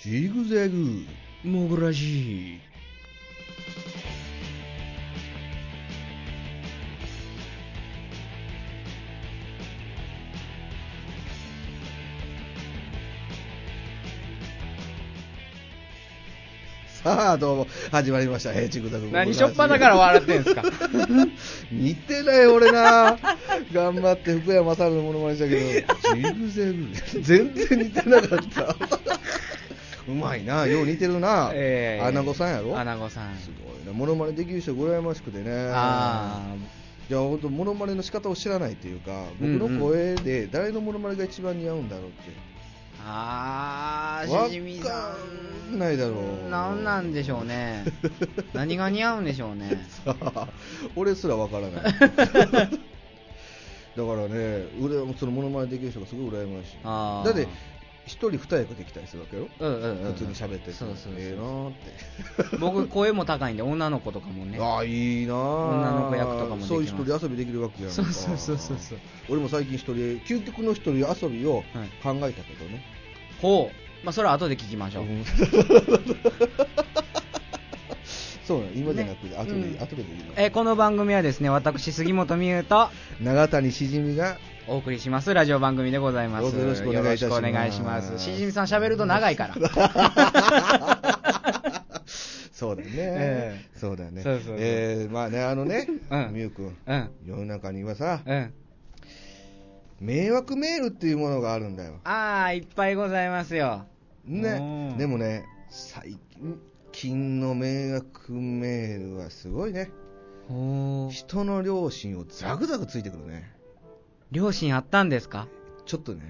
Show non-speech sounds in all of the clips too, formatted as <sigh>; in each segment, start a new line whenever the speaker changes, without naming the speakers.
ジグザグモグラジさあどうも始まりました「えージグザグモグラジ
何しょっぱだから笑って
<laughs>
んすか
似てない俺な頑張って福山雅治のものまねしたけどジグゼグ全然似てなかったうまいなよう似てるな、
ええ
アナゴさんやろ
アナゴさん
すごいなものまねできる人羨ましくてね
あ
じゃあ本当ものまねの仕方を知らないというか僕
うんうん
の声で誰のものまねが一番似合うんだろうって、 <laughs>
あ
わか
ーしじみさん
んないだろう
何なんでしょう
<laughs>
ね何が似合うんでしょうね
さあ俺すらわ
<laughs>
からないだからね俺はそのものまねできる人がすごい羨ましい
あー
だって一人二役できたりするわけよ、
うんうんうん
普通に喋ってて
そうそうそう
ええなーって
僕声も高いんで女の子とかもね
ああいいなー
女の子役とかもできます
そういう一人遊びできるわけやんか
そうそうそうそうそう
俺も最近一人究極の一人遊びを
はい
考えたけどね、
ほうまあそれは後で聞きましょう、
うん <laughs> そうなの今じゃなくて、
ね
後で、
うん
後ででいいの
えーこの番組はですね私杉本美優と
永谷しじみが
お送りしますラジオ番組でございます
どうぞよろしくお願いいたします
よろくお願いしますしじみさん喋ると長いから
<laughs> そうだね、
ええ
そうだね
そうそうそう
えーまあねあのね
うん
みゆくん
うん
世の中にはさ
うん
迷惑メールっていうものがあるんだよ
ああいっぱいございますよ
ね
うん
でもね最近の迷惑メールはすごいね
ほう
人の良心をザクザクついてくるね
両親あったんですか
ちょっと
<laughs>
ね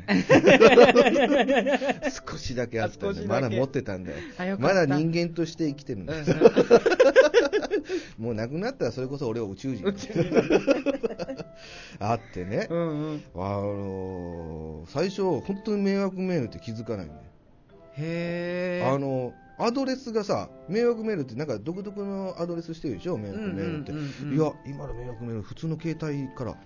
少しだけあった
あ
ね
少し
ま
だけ
だ持ってたんだよ
あよか
ま
った
だ人間として生きてるんだよ
うん
もう亡くなったらそれこそ俺は宇宙人あってね、
<laughs> うんうん
あのー最初本当に迷惑メールって気づかないんだよ
へえ
あのアドレスがさ迷惑メールってなんか独特のアドレスしてるでしょ迷惑メールって、
うんうんうんうん
いや今の迷惑メール普通の携帯から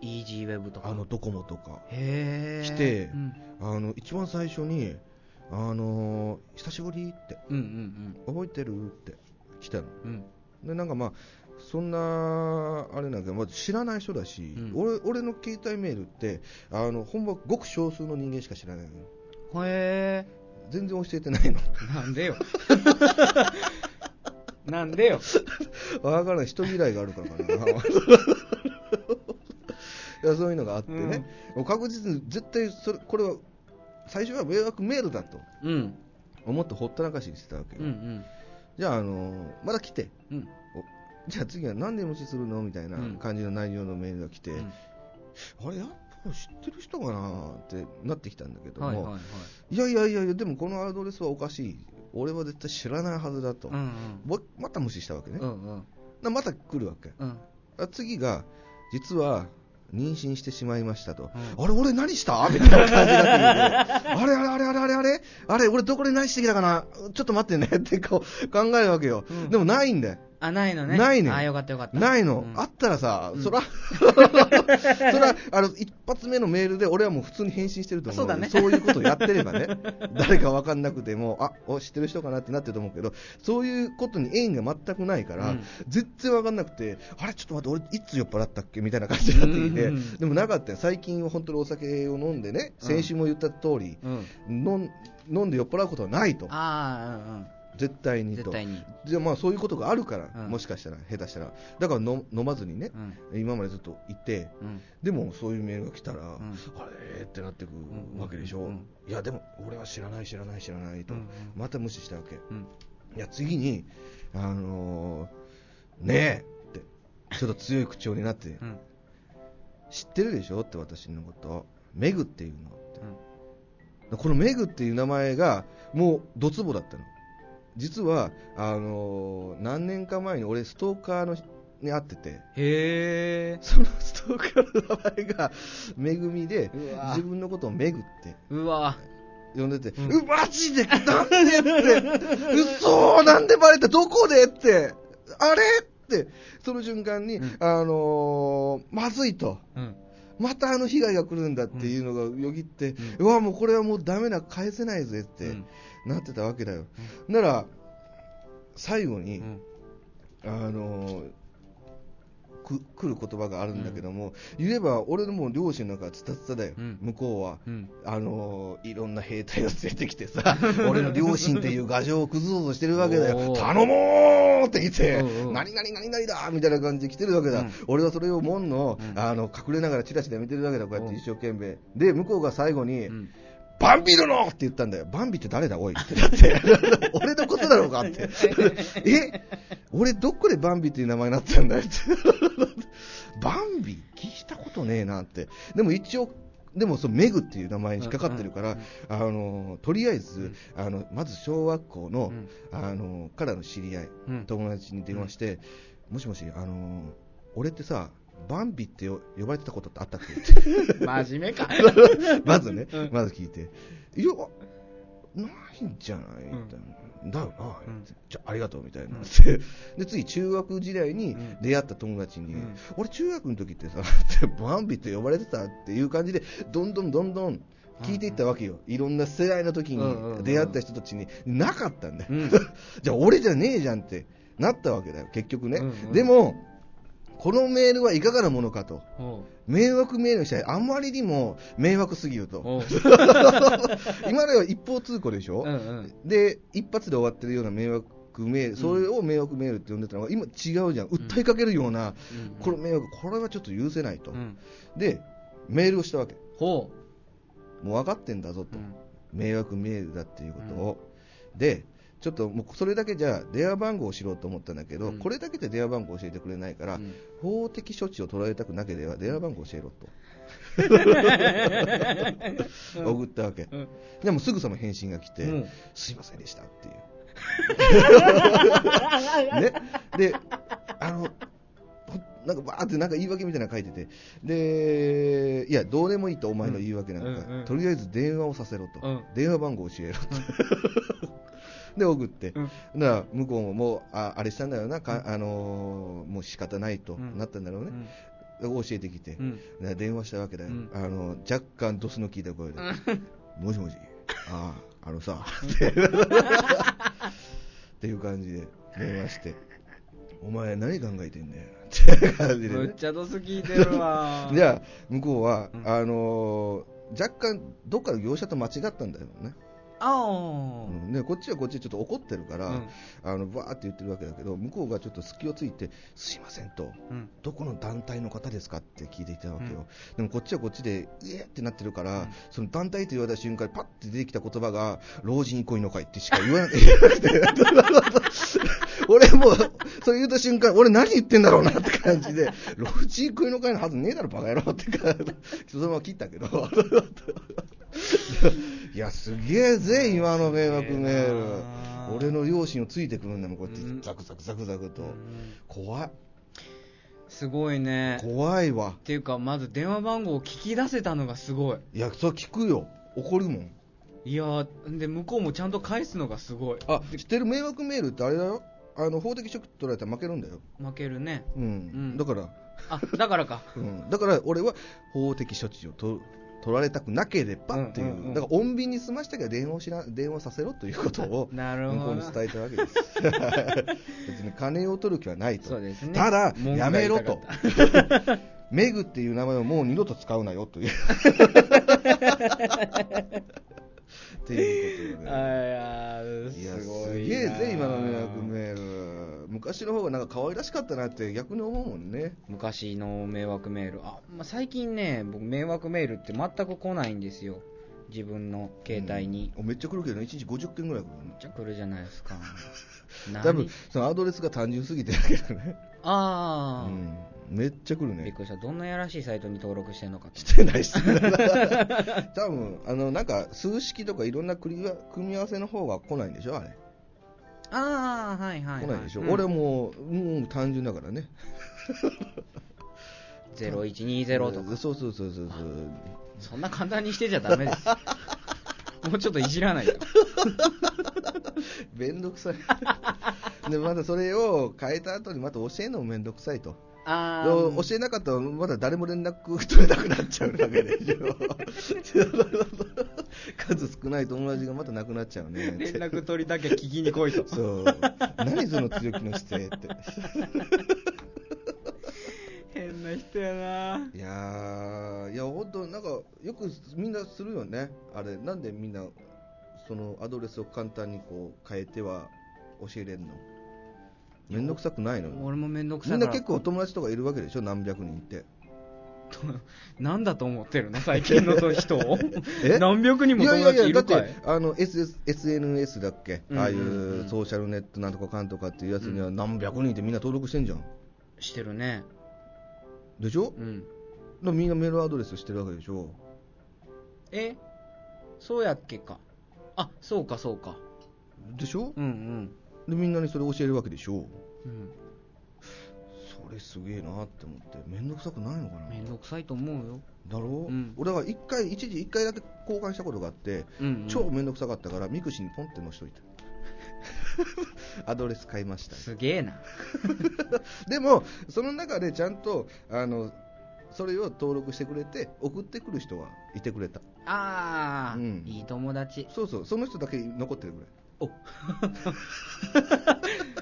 イージーウェブとか
あのドコモとか
へえ
来て
うん
あの一番最初に「あのー久しぶり」って
うん
「覚えてる?」って来たの
うんうん
でなんかまあそんなあれなんだけど、まあ、知らない人だし、
うん
俺俺の携帯メールってあのほんまごく少数の人間しか知らないのよ
うんへえ
全然教えてないの
なん
<laughs>
でよなんでよ
わからない人嫌いがあるから
<laughs>
かないやそういうのがあってね、もう確実に絶対それこれは最初は迷惑メールだと
うん
思ってほったらかしにしてたわけ
う
よ、
んうん
じゃあ、あのーまだ来て
うん
じゃあ次は何で無視するのみたいな
うん
感じの内容のメールが来て、
うん
あれやっぱ知ってる人かなってなってきたんだけども、
はい
い
はいはい
やいやいやいやでもこのアドレスはおかしい俺は絶対知らないはずだと、
うん
ぼまた無視したわけ
うん
ね、
うんうん
なまた来るわけ
うん
あ次が実は妊娠してしまいましたと、
う
あれ俺何したみたいな感じになってき
<laughs>
てあれあれあれあれあれあれあれ俺どこで何してきたかなちょっと待ってねってこう考えるわけよ、
うん
でもないんだよ
あないのね
ないねん
あよかったよかった
ないの、
うん
あったらさ、
うん
そら、そらあの一発目のメールで俺はもう普通に返信してると思う
そうだね
そういうことやってればね、 <laughs> 誰か分かんなくても、あお知ってる人かなってなってると思うけど、そういうことに縁が全くないから、
うん
全然分かんなくて、あれ、ちょっと待って、俺、いつ酔っ払ったっけみたいな感じになってきて、
うんうんうん
でもなかったよ、最近は本当にお酒を飲んでね、先週も言った通り、
うん
飲ん飲んで酔っ払うことはないと、
ああうんうん
絶対にと。
絶対に
じゃあまあそういうことがあるから、
うん
もしかしたら、下手したら、だからの飲まずにね
う、ん
今までずっといて、
うん
でもそういうメールが来たら、
ん
あれってなってくわけでしょ、
うんうん
いや、でも俺は知らない、知らない、知らないと、
うんうん
また無視したわけ、い
うん
や、次に、あのーねえって、ちょっと強い口調になって、
うん
知ってるでしょって、私のこと、メグっていうのって
うん
このメグっていう名前がもうドツボだったの実はあのー何年か前に俺ストーカーの人に会ってて
へえ
そのストーカーの名前がめぐみで
うわ
自分のことをめぐって
うわ
呼んでて、
う
うマジでなんでって嘘なんでバレたどこでってあれってその瞬間に、
うん
あのーまずいと
うん
またあの被害が来るんだっていうのがよぎって、う
うん
わ、もうこれはもうダメだ、返せないぜって
うん
なってたわけだよ。なら、最後
う
に、
ん
あのーく来る言葉があるんだけども、言えば俺のもう両親なんかツタツタだよ、
うん
向こうは、
うん
あのーいろんな兵隊を連れてきてさ、
<laughs>
俺の両親っていう牙城を崩そうとしてるわけだよ、
おー
頼もうって言って、
うんうん
何々何々だみたいな感じで来てるわけだ、
うん
俺はそれを門の,、
うん
あの隠れながらチラチラ見てるわけだ、こうやって一生懸命、で向こうが最後に、
うん
バンビ殿って言ったんだよ。バンビって誰だ、おいって。だって、 <laughs> 俺のことだろうか
<laughs>
って。え俺どこでバンビっていう名前になったんだよって。 <laughs> バンビ聞いたことねえなって。でも一応、でもそのメグっていう名前に引っかかってるから、あの、とりあえず、あの、まず小学校の、
うん
あの、からの知り合い、
うん
友達に電話して、もしもし、あの、俺ってさ、バンビって呼呼ばれてたことってあったっけって
真面目か。 <laughs>
まずね
うん、
まず聞いて、いや、ないんじゃないみ
うん
たいな、だよな、
うん
じゃあありがとうみたいな、
うん
で次、中学時代に
うん
出会った友達に、
うん
俺、中学の時ってさ、 <laughs> ってバンビって呼ばれてたっていう感じで、どんどんどんどん聞いていったわけよ、いろんな世代の時
うんうんう
に
ん
出会った人たちに、なかったんだよ、
うん
<laughs> じゃあ、俺じゃねえじゃんってなったわけだよ、結局ね。
うんうん
でもこのメールはいかがなものかと、
おう
迷惑メールにしたらあまりにも迷惑すぎると、
おう
今のは一方通行でしょ、
うんうん
で一発で終わってるような迷惑メール、それを迷惑メールって呼んでたのが、今、違うじゃん、訴えかけるような、
うん
この迷惑、これはちょっと許せないと、
うん
で、メールをしたわけ、
ほ
もう分かってんだぞ
う
と、
うん
迷惑メールだっていうことを、で、ちょっともうそれだけじゃ、電話番号を知ろうと思ったんだけど、
うん
これだけで電話番号教えてくれないから、
うん
法的処置を取られたくなければ電話番号教えろと。送ったわけ、
うん
でもすぐさま返信が来て、
うん
すいませんでしたっていう。
<laughs>
ね、で、あの、ほなんかバーってなんか言い訳みたいなの書いてて、で、いや、どうでもいいと、お前の言い訳なんか、
うんうんうん
とりあえず電話をさせろと、
うん
電話番号教えろと。 <laughs> で送って、
うん
だから向こうももうああれしたんだよな、かあのーもう仕方ないと
うん
なったんだろうね、教えてきて、
うん
な電話したわけだよ、
うん
あの若干ドスの効いた声で、も
<laughs>
しもし、ああ、あのさ、 <laughs> っていう感じで電話し
<laughs>
て、お前、何考えてんだよって感じで、
むっ
ね、
ちゃドス聞いてるわ
じゃあ、向こうは、
うん
あのー若干、どっかの業者と間違ったんだよね、
あ
う、
おうん
でこっちはこっちでちょっと怒ってるから、
うん
あのバーって言ってるわけだけど、向こうがちょっと隙をついて、すいませんと。
うん
どこの団体の方ですかって聞いていたわけ
う
よ、でもこっちはこっちで、うえーってなってるから、
うん
その団体と言われた瞬間に、パッて出てきた言葉が、老人憩い <laughs> の会ってしか言わな言わなくて、俺もう、それ言った瞬間、俺、何言ってんだろうなって感じで、老人憩いの会のはずねえだろ、バカ野郎って感じで、そのまま切ったけど。 <laughs> いやすげえぜ、今の迷惑メ
すげえ
ー
な
ル、俺の両親をついてくるんだもん、こうやって
うん
ザクザクザクザクと、
うん
怖い、
すごいね
怖いわ
っ。ていうかまず電話番号を聞き出せたのがすごい
いや、それ聞くよ。怒るもん。
いやーで向こうもちゃんと返すのがすごい
あ、知ってる迷惑メールってあれだよ。あの、法的職取られたら負けるんだよ。
負けるね
うん。
ん
だから、 <laughs>
あだからか
うん。だから、俺は法的処置を取取られたくなければっていう。
うんうんうん、
だから、穏便に済ましたけど、電話をしな、電話させろということを
<laughs> なる
向こ
ほ
う
ど
に伝えたわけです。 <laughs> 別に金を取る気はないと。
そうですね
ただ、
文句
や
が言
め
いた
ろ
かっ
と。 <laughs>
<laughs>
メグっていう名前をもう二度と使うなよという。っていうことで、
あやー
いや
す
す
ごいな
げえぜ、今の迷惑メール、昔の方がなんか可愛らしかったなって逆に思うもんね、
昔の迷惑メールあ、まあ、最近ね僕迷惑メールって全く来ないんですよ自分の携帯に、
うんめっちゃ来るけどね、1日50件ぐらい来
めっちゃ来るじゃないですか
<laughs> る、
何
多分そのアドレスが単純すぎてだけどね、う
ああ、
ん、めっちゃ来る
びっ
ね、
くりしたどんなやらしいサイトに登録してんのかと
してないしてない、 <laughs> 多分あのなんか数式とかいろんな組み合わ組み合わせの方が来ないんでしょ、あれ、
ああはいはい、はい、
来ないでしょ、
うん
俺もう、もう単純だからね、
0120と
<laughs>
か
そうそうそうそうそう、
そんな簡単にしてちゃダ
<laughs>
メですよもうちょっといじらないと
<laughs> めんどくさいでまたそれを変えた後にまた教えるのもめんどくさいと
あ
教
ー
えなかったらまだ誰も連絡取れなくなっちゃうわけでしょ <laughs> 数少ない友達がまたなくなっちゃうね
連絡取りだけ聞きに来いと
そう何その強気の姿勢って
変な人やない
やーいや本当なんかよくみんなするよねあれなんでみんなそのアドレスを簡単にこう変えては教えれんの面倒くさくないの
俺もめんどく
み
さい
ん
か
な
ら
結構お友達とかいるわけでしょ何百人って
<laughs> なんだと思ってるの最近の人を
<laughs> え
何百人も
いやい
友
やい
達
やだ
いる
っ
かい
てあの SS SNS だっけ、
うんうんうん
ああいうソーシャルネットなんとかかんとかっていうやつには何百人ってみんな登録してんじゃん
してるね
でしょ、
うん
だからみんなメールアドレスしてるわけでしょ
えそうやっけかあそうかそうか
でしょ
うんうん
でみんなにそれ教えるわけでしょ
うん
それすげえなって思って面倒くさくないのかな
めんどくさいと思うよ、
だろう、
うん
俺だから一回一時一回だけ交換したことがあって、
うんうん
超面倒くさかったからミクシーにポンってのしとい
<laughs>
たアドレス買いました
すげえな
でも、その中でちゃんとあのそれを登録してくれて、送ってくる人はいてくれた、
あー、
うん
いい友達
そうそう、その人だけ残ってるぐらい、 <laughs>
お <laughs>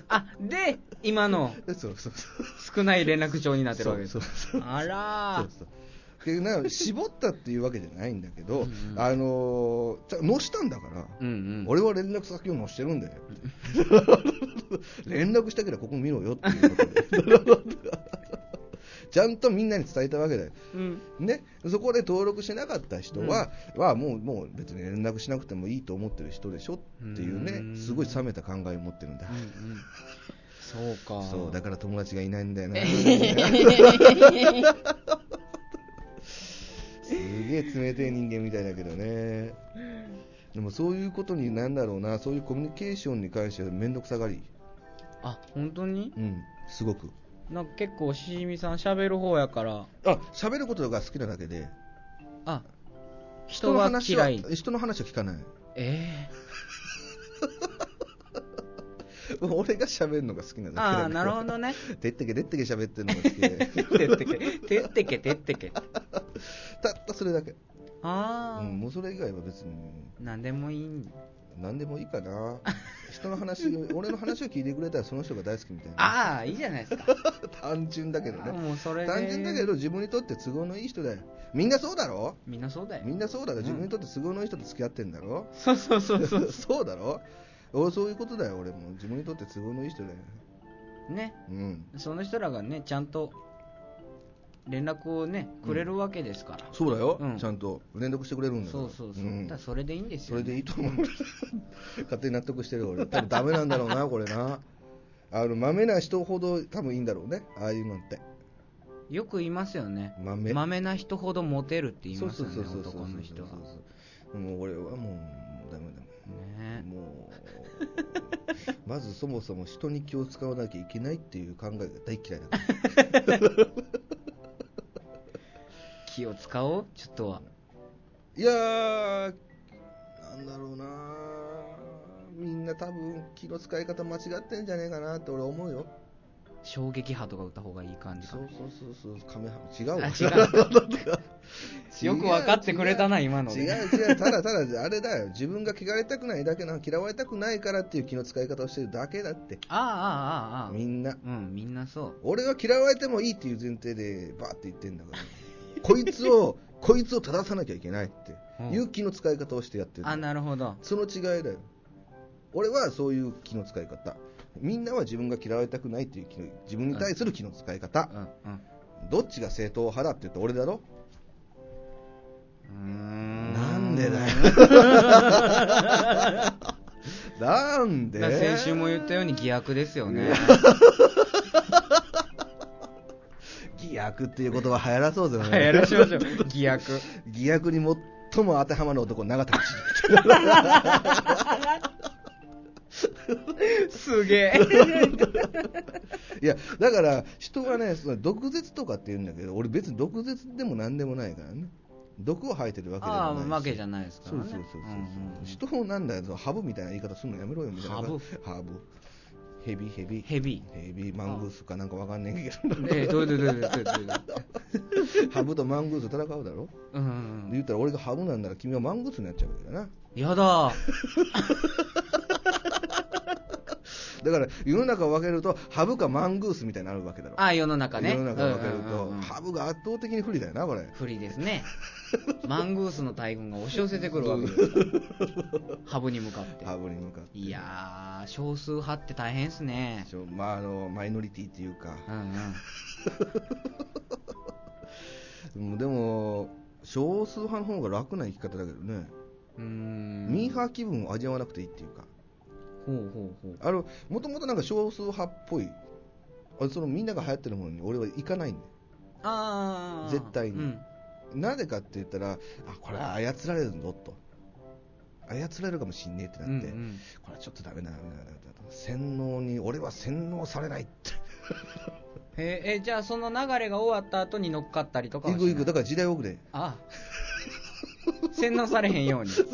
あで今の
でそうそうそう、
少ない連絡帳になってるわけです
そうそう
あら
そう
ー
そうでなんか絞ったっていうわけじゃないんだけど、
うんうん
あのーちゃのしたんだから、
うんうん
俺は連絡先を載してるんだよって
<laughs>
連絡したけどここ見ろよっていうことで <laughs> ちゃんとみんなに伝えたわけだよ
うん
ね、そこで登録しなかった人は、はもうもう別に連絡しなくてもいいと思ってる人でしょっていうね、
うん
すごい冷めた考えを持ってるんだ
う、んうんそうか
そうだから友達がいないんだよ
<laughs>
な、すげえ冷てえ人間みたいだけどね、でもそういうことになんだろうな、そういうコミュニケーションに関しては面倒くさがり、
あ本当に
うん、すごく。
なんか結構しじみさん喋る方やから
あ喋ることが好きなだけで、
あ人が
人の
嫌い
話は人の話は聞かない、 <laughs>
え
俺が喋るのが好き <laughs> なだ
え
けだから
ああなるほど
<laughs>
ね
でってけでってけ喋ってるのが好き
<laughs>
で。
てってけてってけてってけ
たったそれだけ、
ああ、
うん、もうそれ以外は別に
何でもいいん
何でもいいかな人の
<laughs>
話俺の話を聞いてくれたらその人が大好きみたいな
ああいいじゃないですか
単純だけど
あー
ね
もうそれで
単純だけど自分にとって都合のいい人だよみんなそうだろ
みんなそうだよ
みんなそうだろ
うん
自分にとって都合のいい人と付き合ってんだろ、
そうそうそうそ
<laughs>
う
そうだろ俺そういうことだよ俺も自分にとって都合のいい人だよ
ね
うん
その人らがねちゃんと連絡をねくれるわけですから、
そうだよ、
うん
ちゃんと連絡してくれるんだか
そ
ら
うそうそう、
ん
だからそれでいいんです
そ
よ、
れ
ね、
でいいと思う勝手に納得してる俺多分ダメなんだろうなこれなあの豆な人ほど多分いいんだろうねああいうのって
よく言いますよね
豆
まめな人ほどモテるって言い
そう
ます
そう
よね
そうそうそう
男の人は
そうもう俺はもうダメだ
ね <laughs>
もうまずそもそも人に気を使わなきゃいけないっていう考えが大嫌いだから
気を使おうちょっとはい
やーなんだろうなみんな多分気の使い方間違ってんじゃねえかなって俺思うよ
衝撃波とか打った方がいい感じか
そ
な
うそうそうそうカメハメ違うわ
あ
<laughs>
違うよく分かってくれたな今ので
違う違う、ただただ、あれだよ、自分が嫌われたくないだけな、嫌われたくないからっていう気の使い方をしてるだけだって、
ああああああ
みんな、
うんみんなそう
俺は嫌われてもいいっていう前提で、バーって言ってんだから、こいつを、こいつを正さなきゃいけないっていう気の使い方をしてやってる、
あなるほど
その違いだよ、俺はそういう気の使い方、みんなは自分が嫌われたくないっていう気の、自分に対する気の使い方
う、んうん
どっちが正統派だって言ったら俺だろ。
うーん
なんで
<laughs>
だよ。なんで
だから先週も言ったように偽悪です
<laughs>
よね
偽悪っていう言葉流行らそうぜ、
はいやらしましょう偽悪
<laughs> 偽悪に最も当てはまる男、永
<laughs>
田町。
すげえ
いや、だから、人がね、その毒舌とかって言うんだけど、俺別に毒舌でも何でもないからね。毒を吐いてるわけでもない
あ
し。
あわけじゃ
ない
ないですか
そ
ら
う
ね
そうそうそう。
んん
人をなんだよ、そのハブみたいな言い方するのやめろよ、みたいな。
ハブ
ハブ。ヘビヘビ
ヘビ
ヘビマングースかなんかわかんねんけど
ー。えー、どうどうどうどうどうどうどう。
<laughs> ハブとマングース戦うだろで
うんうんうん。
言ったら俺がハブなんなら君はマングースになっちゃうからな
やだー。
だから世の中を分けるとハブかマングースみたいになるわけだろ
あー、世の中ね。
世の中を分ける
うんうん
と
うんうん
ハブが圧倒的に不利だよなこれ
不利ですね。マングースの大群が押し寄せてくるわけよ。ハブに向かって。
ハブに向かって
いやー、少数派って大変っすね。
そうまああのマイノリティっていうか
うんうん。
うんでも少数派の方が楽な生き方だけどね、
うーん
ミーハー気分を味わわなくていいっていうか
ほうほうほう
あのもともとなんか少数派っぽいあそのみんなが流行ってるものに俺は行かないんだよ
ああ
絶対に
うん、
なぜかって言ったらあこれは操られるぞと操られるかもしんねえってな
うん
って、
うん
これはちょっとダメだダメだダメだ洗脳に俺は洗脳されないって
へええじゃあその流れが終わった後に乗っかったりとかは
行く
しない
行くだから時代遅れ
ああ洗脳されへ
<laughs>
んように後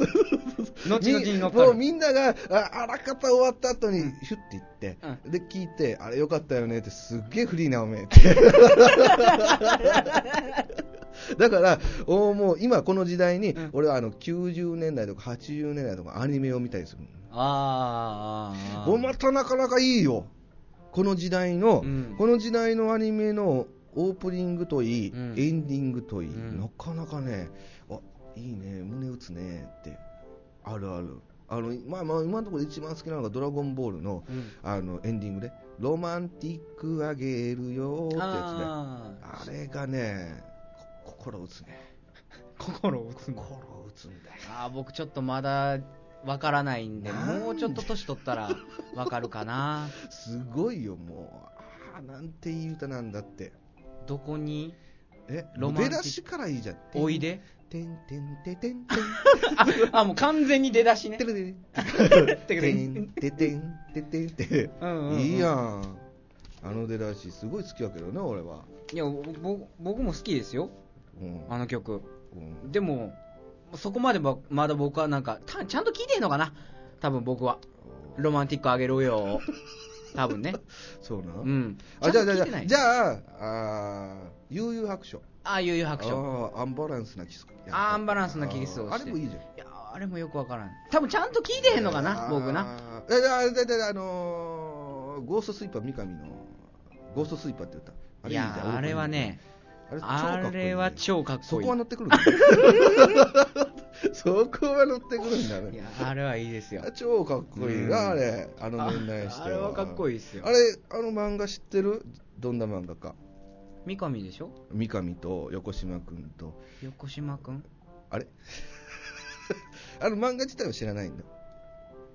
々に乗っ
み <laughs>
か
もう
る
みんながああらかた終わった後にヒュッて行って、
う
で聞いてあれよかったよねってすっげえフリーなおめえって
<laughs>
だからおもう今この時代に
うん
俺はあの90年代とか80年代とかアニメを見たりするの
あーあーあー
おまたなかなかいいよこの時代の、
うん
この時代のアニメのオープニングといい、
うん
エンディングといい、
うん
なかなかねあいいね胸打つねってあるあるあのまあまあ今のところ一番好きなのが「ドラゴンボールの」
うん
あのエンディングで「ロマンティックあげるよ」ってやつねあ
あー
れがねこ心打つね
心を打つんだ
心打つんだよ
ああ僕ちょっとまだわからないんで
なんで
もうちょっと年取ったらわかるかな
すごいよもうあーなんていい歌なんだって
ど
<laughs>
こに
え
ロマンティッ
出だ
ク
しからいいじゃん
おいで
てんてんててんてん
ああもう完全に出だしね
てるでん
て
て
く
て
れ
んててんててんて
うんうんうん
いいやんあの出だしすごい好きやけどね俺はい
やぼ僕も好きですよ
うん
あの曲
うん
でもそこまでばまだ僕はなんかたちゃんと聞いてんのかな多分僕は「ロマンティックあげるよ」多分
<laughs>
ね
そうな
うん
あじゃあじゃあ
ち
じ
んと
ゃ
聞いてな
あ
い
じゃああー悠々白書
ああいういう白書
あーアンバランスなキスか
あーアンバランスなキスをし
あ
て
ーあれもいいじゃん
いやあれもよくわからん多分ちゃんと聞いてへんのかな僕な
なえあれだだあのーゴーストスイーパー三上のゴーストスイーパーって言ったあれ
い
いいじゃん
やあれはね
オープニングあれ超かっこいいね
あれは超かっ
そ
こい
こは乗
い
ってくるん
<laughs>
だそこは乗ってくるんだ
い
ね
やあれはいいですよ
超かっこいい
うん
なあれあの年代して
ああれはかっこいい
い
っすよ
あれあの漫画知ってるどんな漫画か
三上でしょ
三上と横島君と
横島くん
あれ <laughs> あの漫画自体は知らないんだ、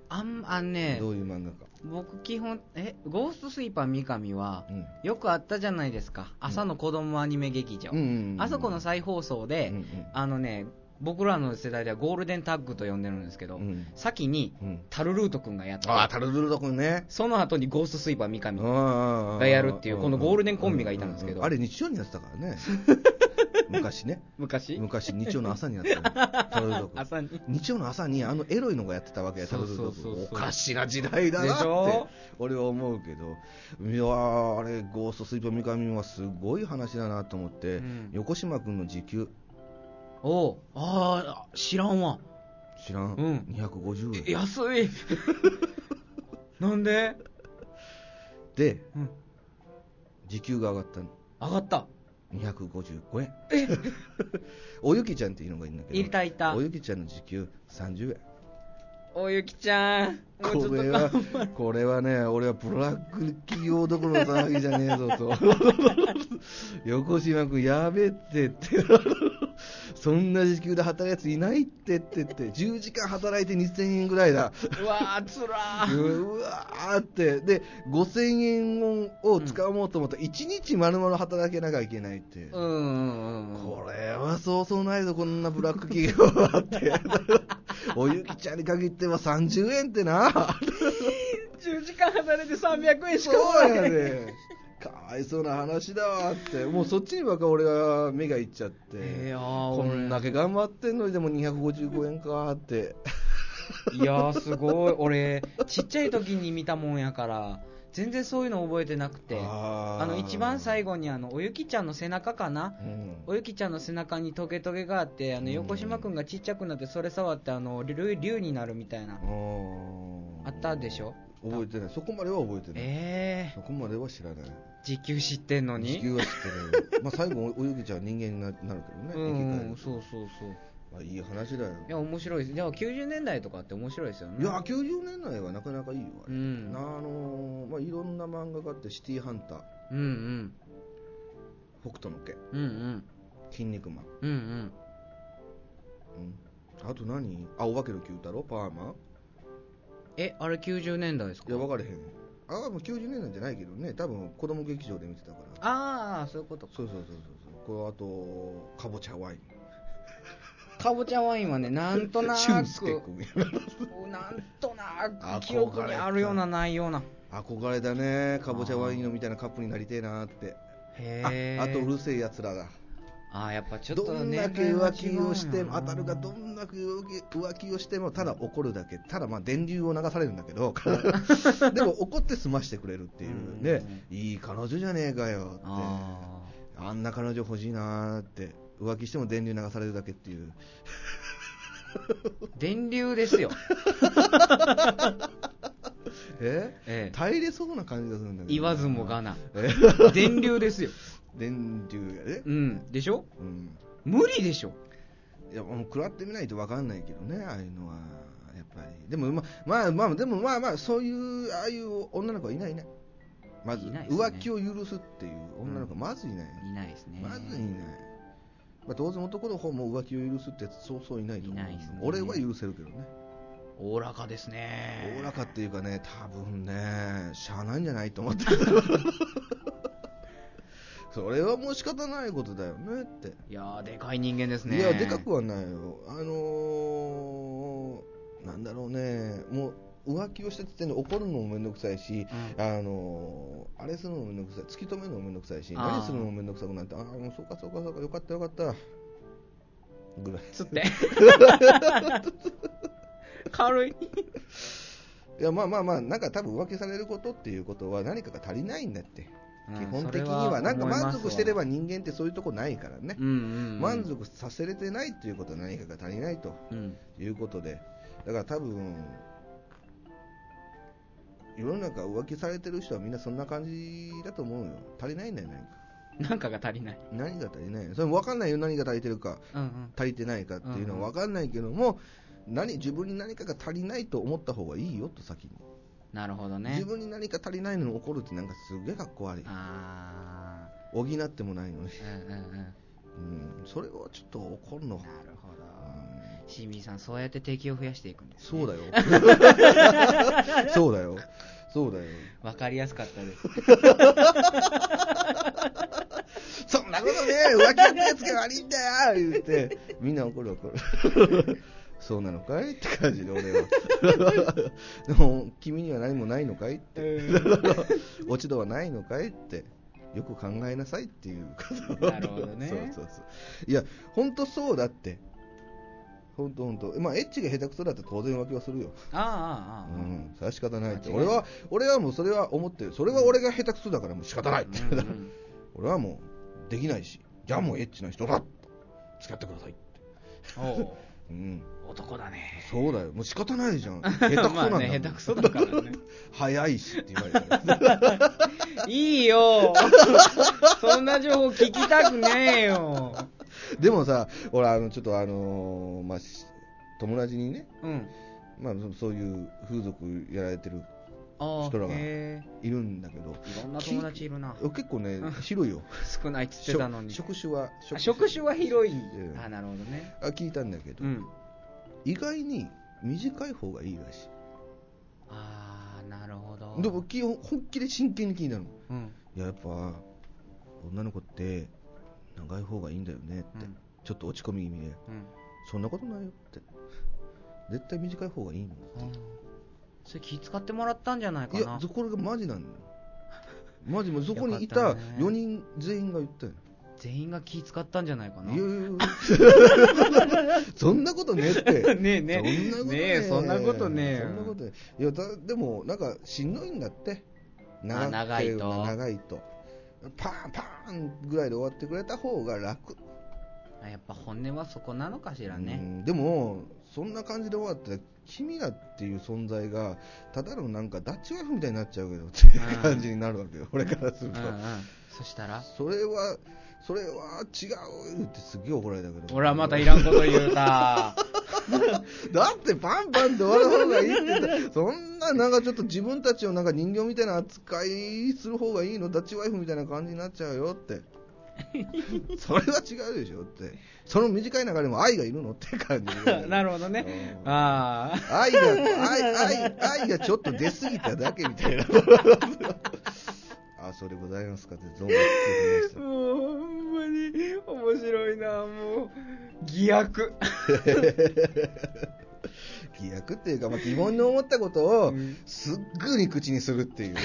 あんあんね
どういう漫画か、
僕基本えゴーストスイーパー三上は
うん
よくあったじゃないですか朝の子供アニメ劇場、
うんうんうん
あそこの再放送で、
うんうん
あのね僕らの世代ではゴールデンタッグと呼んでるんですけど、
うん
先に
うん
タルルート君がやっ
ああ
た
タルルルド君ね
その後にゴーストスイーパー三上
が
がやるっていうこのゴールデンコンビがいたんですけど
あれ日曜にやってたから
<laughs>
ね昔ね
昔
昔日曜の朝にやってたのタルルルド君
朝に
日曜の朝にあのエロいのがやってたわけや
そ
タ
うそう
ブ
そうそう
ルド君おかしな時代だな
でし
って
ょ
俺は思うけどいやーあれゴーストスイーパー三上はすごい話だなと思って、
うん
横島君の時給
おうああ知らんわ
知らん、
うん
250
え
円
安い <laughs> なんで、
で
うん、
時給が上がったの
上がった
255円
え
<laughs> おゆきちゃんっていうのがいるんだけど
いたいた
おゆきちゃんの時給30円
おゆきちゃんもうちょっ
ことれは
頑張れ
これはね俺はブラック企業どころの騒ぎじゃねえぞと <laughs> 横島君やべえってって <laughs> そんな時給で働くやついないってってって10時間働いて2000円ぐらいだ
うわーつら
う
ー
うわーってで5000円を使おうと思ったら1日丸々働けなきゃいけないって、
うんうんうん
これはそうそうないぞこんなブラック企業はって
<laughs>
おゆきちゃんに限っては30円ってな
10時間離れて300円しかも
そう
ら
や
えない
ねかわいそうな話だわってもうそっちにばっか俺は目がいっちゃって、
えーあー
こんだけ頑張ってんのにでも255円かって
いやーすごい俺ちっちゃい時に見たもんやから全然そういうの覚えてなくて
あー
あの一番最後にあのおゆきちゃんの背中かな
うん
おゆきちゃんの背中にトゲトゲがあってあの
うん
横島君がちっちゃくなってそれ触ってあの竜竜になるみたいな
あー
あったでしょ
覚えてないそこまでは覚えてない、
え
そこまでは知らない
ー、時給知ってんの
地
に
球は知ってるよまあ最後泳ぎちゃう人間にななるけどね
うん
生き返る
そうそうそう
まあ、いい話だよ
いや面白いですでも90年代とかって面白いですよね
いや90年代はなかなかいいよあ
う
れ、
ん
あのーまあ、いろんな漫画があってシティーハンター
うんうん
北斗の拳
うんうん
筋肉マン、
うんうん
うん、あと何あお化けの九太郎パーマ
えあれ90年代ですか
いや分かれへんああもう90年代じゃないけどね多分子供劇場で見てたから
ああそういうことか
そうそうそうそうそうこれあとかぼちゃワイン
かぼちゃワインはねなんとな
俊介
く
君 <laughs>
なんとな
憧れ
く記憶にあるようなないような
憧れだねかぼちゃワインのみたいなカップになりてえなーって
へえ
ああとうるせえやつらだ
あーやっぱちょっ
ど
と
ん
ね
だけ浮気をしても当たるがど
ん
んだけ浮気浮気をしてもただ怒るだけただまあ電流を流されるんだけ
<laughs>
どでも怒って済ましてくれるっていうね
<laughs>
いい彼女じゃねえかよって
あ
あんな彼女欲しいなーって浮気しても電流流されるだけっていう
ー電流で
<laughs>
すよ、
え
ええ
耐えれそうな感じがするんだけど
言わずもがな
え <laughs>
電流ですよ
電流やで
うんでしょ
うん
無理でしょ
いやもう食らってみないと分かんないけどねああいうのはやっぱりでもままあまあでもまあまあそういうああいう女の子はいないねまず
いないですね
浮気を許すっていう女の子はまずいない、
いないですね
まずいない、まあ、当然男の方も浮気を許すってやつそうそういないと思う
いないですね
俺は許せるけどね
おおらかですね
おおらかっていうかね多分ねしゃあないんじゃないと思って
<laughs>
それはもう仕方ないことだよねって
いやーでかい人間ですね
いや、でかくはないよ。あのー、なんだろうね、もう浮気をした時点で怒るのもめんどくさいし、
うん
あのー、あれするのもめんどくさい、突き止めるのもめんどくさいし、
あー
何するのもめんどくさくなって、ああ、もうそうかそうかそうか、よかったよかった。ぐらい。
つって
<laughs>
軽い
いや、まあまあまあ、なんか多分浮気されることっていうことは何かが足りないんだって。基本的には、なんか満足してれば人間ってそういうとこないからね
うん。うんうん
満足させれてないっていうことは何かが足りないと。
うん
いうことで、だから多分世の中浮気されてる人はみんなそんな感じだと思うよ、足りないんだよ、何か。
なんかが足りない
何が足りないそれ分かんないよ、何が足りてるか、
うんうん
足りてないかっていうのは分かんないけども、何自分に何かが足りないと思った方がいいよと、先に、
なるほどね
自分に何か足りないのに怒るって、なんかすげえかっこ悪い、
あ
補ってもないのに、
ーうんうんうんな
うん、それをちょっと怒るの、
るほど
うん
清水さんそうやって敵を増やしていくんです
そうだ <laughs> よ、そうだよ、そうだよ。
わかりやすかっ
<laughs>
たです
そんなことねえ、浮気ってやつが悪いんだよ言って、みんな怒る怒る。そうなのかいって感じで俺は。でも、君には何もないのかいって。落ち度はないのかいって。よく考えなさいっていうこと
なるほどね
そうそうそう。いや、ほんとそうだって。ほんとほんと。まあ、エッチが下手くそだって当然浮気はするよ。
ああああああ
うん。それは仕方ないって。
間
俺
違いない
は、俺はもうそれは思ってる。それは俺が下手くそだからもう仕方ないって。
うんうん
俺はもうできないしじゃあもうエッチな人だと付き合ってくださいって
お
うん
う男だね
そうだよもう仕方ないじゃん下手くそなんだ
<laughs> ま
も
あ
ん、
ね下手くそだか
<laughs>
らね
早いしって言われたら
いいよそんな情報聞きたくねえよ
<laughs> でもさ俺あのちょっとあのーまあし友達にね、
うん
まあ、そそういう風俗やられてる
ああ
人らが
へ
いるんだけど
えいろんな友達いるな
結構ね広いよ
少ないっつってたのに
しょ職種は
あ職種は広い、
ええ
あなるほどね
あ聞いたんだけど、
うん
意外に短い方がいいらし
ああなるほど
いでも基本本気で真剣に聞いたの
うん
いややっぱ女の子って長い方がいいんだよねって、
うん
ちょっと落ち込み気味で
うん
そんなことないよって絶対短い方がいいの
それ気使ってもらったんじゃないか
いや
な
そこがマジ
<laughs>
なんだよマジもうそこにい
よか
た
ったね
4人全員が言ったよ
全員が気使ったんじゃないかない
やいやいやそんなことねえって
<laughs> ねえねえ
そんなこと
ねえそんな
そんなこ
ことねえ
とねえいやだでもなんかしんどいんだって
あ長いと
長いとパーンパーンぐらいで終わってくれた方が楽
あやっぱ本音はそこなのかしら
う
ね、
んでもそんな感じで終わったら君らっていう存在がただのなんかダッチワイフみたいになっちゃうけどっていう感じになるわけよ俺からす
うん
る
うん
と、
そしたら
それはそれは違うってすげえ怒られたけど
俺はまたいらんこと言うた
だってパンパンで終わる方がいいって言ったそんななんかちょっと自分たちをなんか人形みたいな扱いする方がいいのダッチワイフみたいな感じになっちゃうよって
<laughs>
それは違うでしょってその短い中でも愛がいるのって感じ
<laughs> なるほどねああ
愛が愛愛愛がちょっと出過ぎただけみたいなあそうでございますかってどうも聞いてまし
<laughs> もうほんまに面白いなもう疑惑
た疑惑っていうか、まあ、疑問に思ったことを
うん
すっぐに口にする
<laughs>
っていう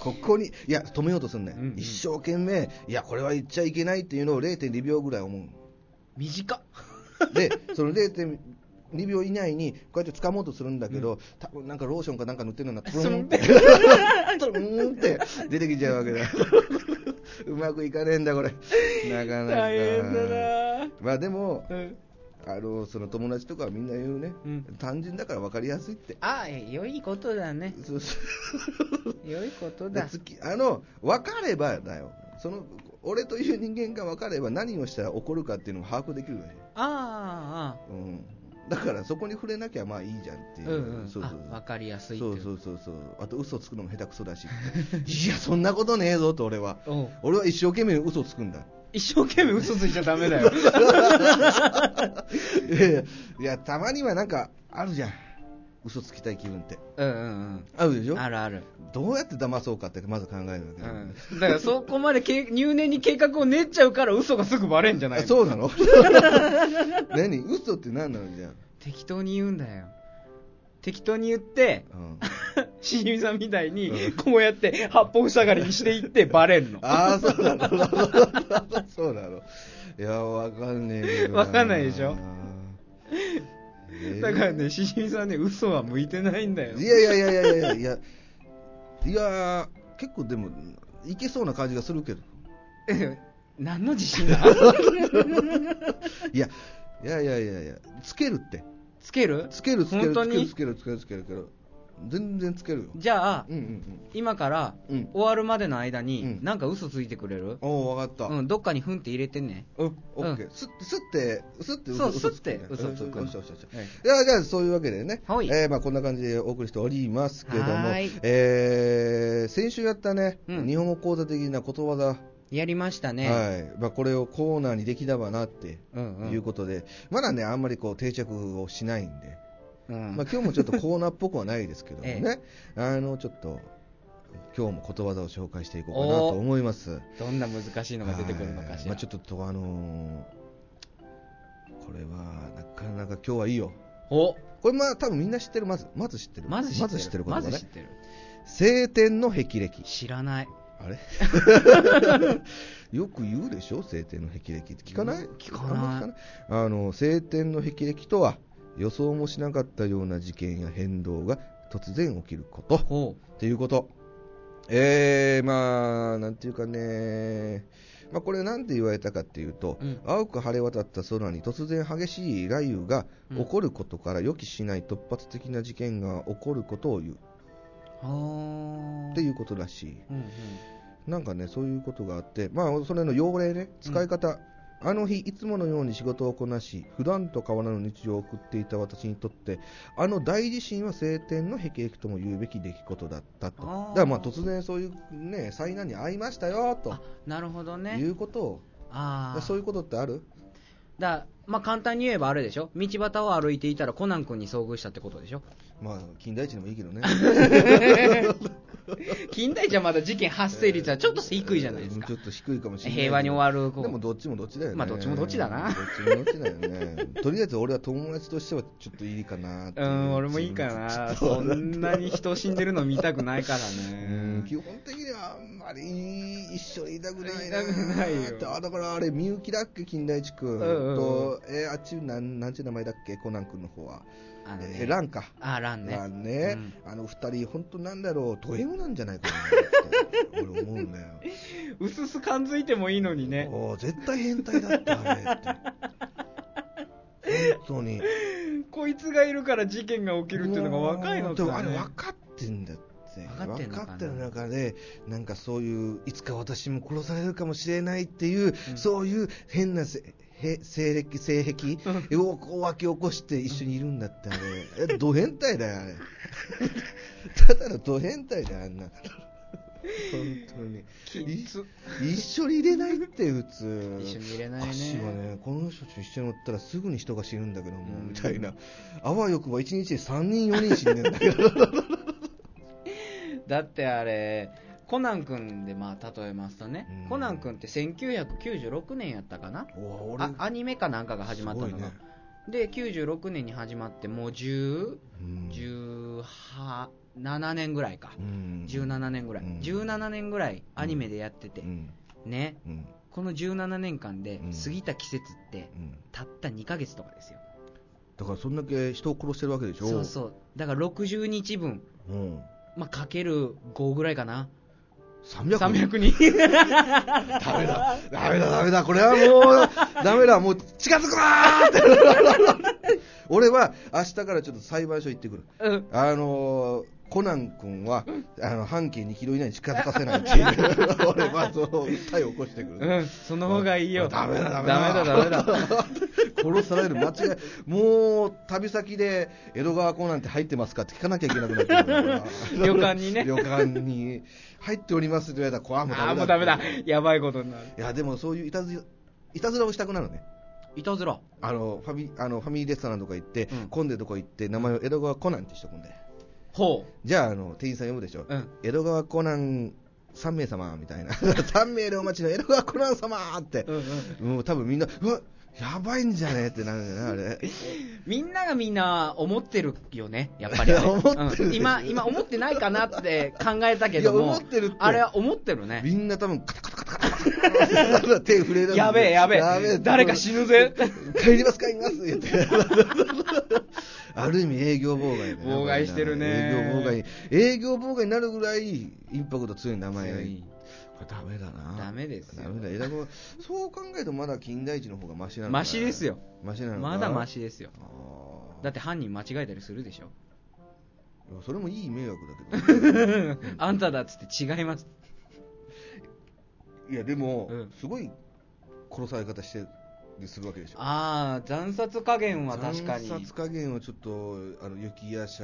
ここにいや止めようとすんね、
うんんうん
一生懸命いやこれは言っちゃいけないっていうのを0.2秒ぐらい思う
短っ
で、その0.2秒以内に、こうやって掴もうとするんだけど、多分なんかローションかなんか塗ってる <laughs> のが、プルンって、プルンって出てきちゃう <laughs> わけだ。うまくいかねえんだ、これ。なかなか。
大変だな
まあでも、
うん
あのその友達とかはみんな言うね、
うん
単純だから分かりやすいって。
ああ良いことだね
そうそう
良いこと
で
だ
付きあの分かればだよその俺という人間が分かれば何をしたら怒るかっていうのも把握できるわよ
ああ
うん、だからそこに触れなきゃまあいいじゃんっていう、
ああうんうん
そうそうそう
あ分かりやすいって
そ
い
そ
う
うそうそうあと嘘つくのも下手くそ
<laughs>
だしいやそんなことねえぞと俺は
うん
俺は一生懸命嘘つくんだ
一生懸命嘘ついちゃダメだよ
いやいやいやたまにはなんかあるじゃん嘘つきたい気分って
うんうん
あるでし
う
ょ
んあるある
どうやって騙そうかってまず考えるわけだよ、
うんだからそこまでけ入念に計画を練っちゃうから嘘がすぐバレんじゃ
<laughs>
な
あ
いの
そうな
<laughs>
の何嘘って何なのじゃ
適当に言うんだよ適当に言って
あ、うん、
<laughs> しじみさんみたいに
うん
こうやって八方塞がりにしていってバレんの
ああ、そうなの。そうなの。いや、わかんねえけど
わかんないでしょ
えー
だからねしじみさんね嘘は向いてないんだよ
いやいやいやいやいやいや、いや、結構でも、いけそうな感じがするけど。
え <laughs> 何の自信だ
いや、いやいやいやいや、つけるって。
つける
つけるつける
本当に
つけるつけるつけるつけるけど、全然つけるよ。
じゃあ
うんうん
今から
うん。うん。
終わるまでの間
う
に
ん
なんか嘘ついてくれる
おお、わかった。
うんどっかにふんって入れてね
うん、オッケー。すって、すって、すって
そう
嘘
すって嘘つくの
よしよしよしいやじゃあそういうわけでね、
はい
えーまあ、こんな感じでお送りしておりますけども
はーい、
えー先週やったね、
うん
日本語講座的なことわざ、
やりましたね
はいまあ、これをコーナーにできればなって
うんう
いうんことで、まだね、あんまりこう定着をしないんで、
うん
まあ今日もちょっとコーナーっぽくはないですけども
<laughs>
ね、あのちょっと今日もことわざを紹介していこうかなと思います。
どんな難しいのが出てくるのかし
ま
ら
あ、ちょっとと、あのーこれはなかなか今日はいいよ。
お
これまあ多分みんな知ってるまずまず知ってる
まず知ってる
こと
ま
だね
ず知ってる
晴天の霹靂
<laughs> 知らない
あれよく言うでしょ晴天の霹靂って聞かない
聞かない
あんま聞かないあの晴天の霹靂とは予想もしなかったような事件や変動が突然起きること
ほ
っていうことえー、まあなんていうかねまあこれなんて言われたかっていうと、
うん
青く晴れ渡った空に突然激しい雷雨が
うん
起こることから予期しない突発的な事件が起こることを言う
うほう
っていうことらしい
うんうん
なんかねそういうことがあってまあそれの用例ね使い方、あの日いつものように仕事をこなし普段と変わらぬ日常を送っていた私にとってあの大地震は晴天の霹靂とも言うべき出来事だったと
あ
だ
ー
からまあ突然そういうね災難に遭いましたよと
あなるほど
い
ね
うことを、
ああ
そういうことってある
だまあ簡単に言えばあれでしょ道端を歩いていたらコナン君に遭遇したってこと
<laughs>
でしょ
まあ金田一でもいいけ
<laughs>
どね
近代じゃまだ事件発生率はちょっと低いじゃないですか
ちょっと低いかもしれないけど
平和に終わる
でもどっちもどっちだよね。
まあどっちもどっちだな
どっちもどっちだよね。とりあえず俺は友達としてはちょっといいかなって
う
い
ん俺もいいかなそんなに人死んでるの見たくないから
う
ね
ん基本的にはあんまり一緒にいたくないな。
いたくないよ
あだからあれ、みゆきだっけ、金田一君
うんうん
と、えーあっちなん、なんちゅう名前だっけ、コナン君の方は。
あのね
えーランか。
あ、ランね。
まあね、あの二人、本当なんだろう、ド M なんじゃないかなって、俺思うんだよ。
うすす感づいてもいいのにね。
おー絶対変態だって、あれって。本当に。
こいつがいるから事件が起きるっていうのが若いの
で
かね
もあれ分かってんだって
分かってんのか
分
な
かってる中でなんかそういういつか私も殺されるかもしれないっていう、
うん
そういう変なせへ性歴性癖をこう湧き起こして一緒にいるんだってあれえド変態だよあれ <laughs> ただのド変態だよあんな本当に
きつ
一緒に入れないって普通
一緒に入れ
お
ない
かしいわ
ね。
ねこの人と一緒に乗ったらすぐに人が死ぬんだけども、
うん
みたいなあわよくば1日で3人4人死んでんだけ
<laughs>
ど
だってあれ、コナン君でまあ例えますとね、
うん
コナン君って1996年やったかな
お
あアニメかなんかが始まったの
す
が、
ごいね
で96年に始まってもう10
うん
17年ぐらいか
うん
17年ぐらい、
うん
17年ぐらいアニメでやってて、
うん
ね
うん
この17年間で
うん
過ぎた季節って
うん
たった2ヶ月とかですよ、
だからそんだけ人を殺してるわけでしょ
そうそうだから60日分、
うん、
まあ、かける5ぐらいかな
300
300人 <laughs>
ダメだダメだダメだこれはもう <laughs> ダメだもう近づくなーって
<laughs>
俺は明日からちょっと裁判所行ってくる
うん
あのーコナン君はあの半径2キロ以内に近づかせないって
<laughs>
いう、俺はその訴えを起こしてくる。
うん、その方がいいよ。
ダメだ、ダメだ。
ダメだ、ダメだ。
殺される間違い。もう、旅先で、江戸川コナンって入ってますかって聞かなきゃいけなくなってくるから。
<laughs> 旅館にね
旅館に、入っておりますって言われたら、こわもう
ああ、もうダメだ
い。
やばいことになる。
や、でもそういういたずいたずらをしたくなるね。
いたずら。
あの、ファミ、あの、ファミリーレストランとか行って、
うん
混んでるとこ行って、名前を江戸川コナンってしとくんで。
ほ
じゃあ、あの、店員さん呼ぶでしょ。
う。うん。
江戸川コナン3名様みたいな、3名でお待ちの江戸川コナン様って
う、んうん。
もう多分みんな、うわやばいんじゃねってなるんだよな、あれ。
みんながみんな思ってるよね、やっぱり、ね
思ってる
うん今、今思ってないかなって考えたけども、
いや思ってるって
あれは思ってるね。
みんな多分カタカタカタカタカタ手震えだ
やべえ、やべえ、誰か死ぬぜ。
帰ります、帰ります言って。ある意味営業妨害だよ
妨害してるね
営業妨害。営業妨害になるぐらいインパクト強い名前がいい。これダメだな。
ダメですよ
ダメだ。江戸川そう考えるとまだ金田一の方がマシなのかな
マシですよ。
マシなのかな
まだマシですよ。
あー
だって犯人間違えたりするでしょ。
いやそれもいい迷惑だけど
<laughs> あんただっつって違います。
いやでも、
うん
すごい殺され方してするわけでしょ
ああ、惨殺加減は確かに。
残殺加減をちょっとあの雪夜叉